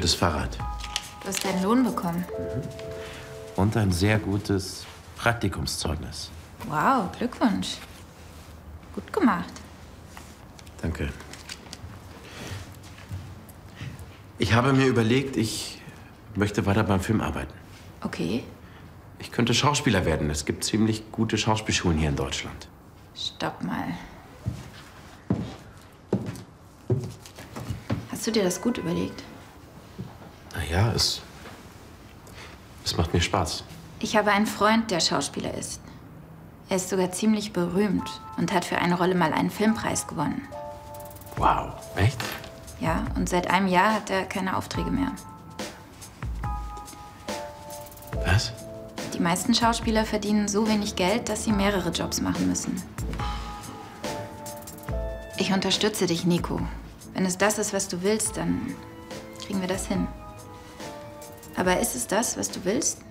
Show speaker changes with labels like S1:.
S1: das Fahrrad.
S2: Du hast deinen Lohn bekommen.
S1: Und ein sehr gutes Praktikumszeugnis.
S2: Wow, Glückwunsch. Gut gemacht.
S1: Danke. Ich habe mir überlegt, ich möchte weiter beim Film arbeiten.
S2: Okay,
S1: Ich könnte Schauspieler werden. Es gibt ziemlich gute Schauspielschulen hier in Deutschland.
S2: stopp mal. Hast du dir das gut überlegt?
S1: Naja, es. Es macht mir Spaß.
S2: Ich habe einen Freund, der Schauspieler ist. Er ist sogar ziemlich berühmt und hat für eine Rolle mal einen Filmpreis gewonnen.
S1: Wow. Echt?
S2: Ja, und seit einem Jahr hat er keine Aufträge mehr.
S1: Was?
S2: Die meisten Schauspieler verdienen so wenig Geld, dass sie mehrere Jobs machen müssen. Ich unterstütze dich, Nico. Wenn es das ist, was du willst, dann kriegen wir das hin. Aber ist es das, was du willst?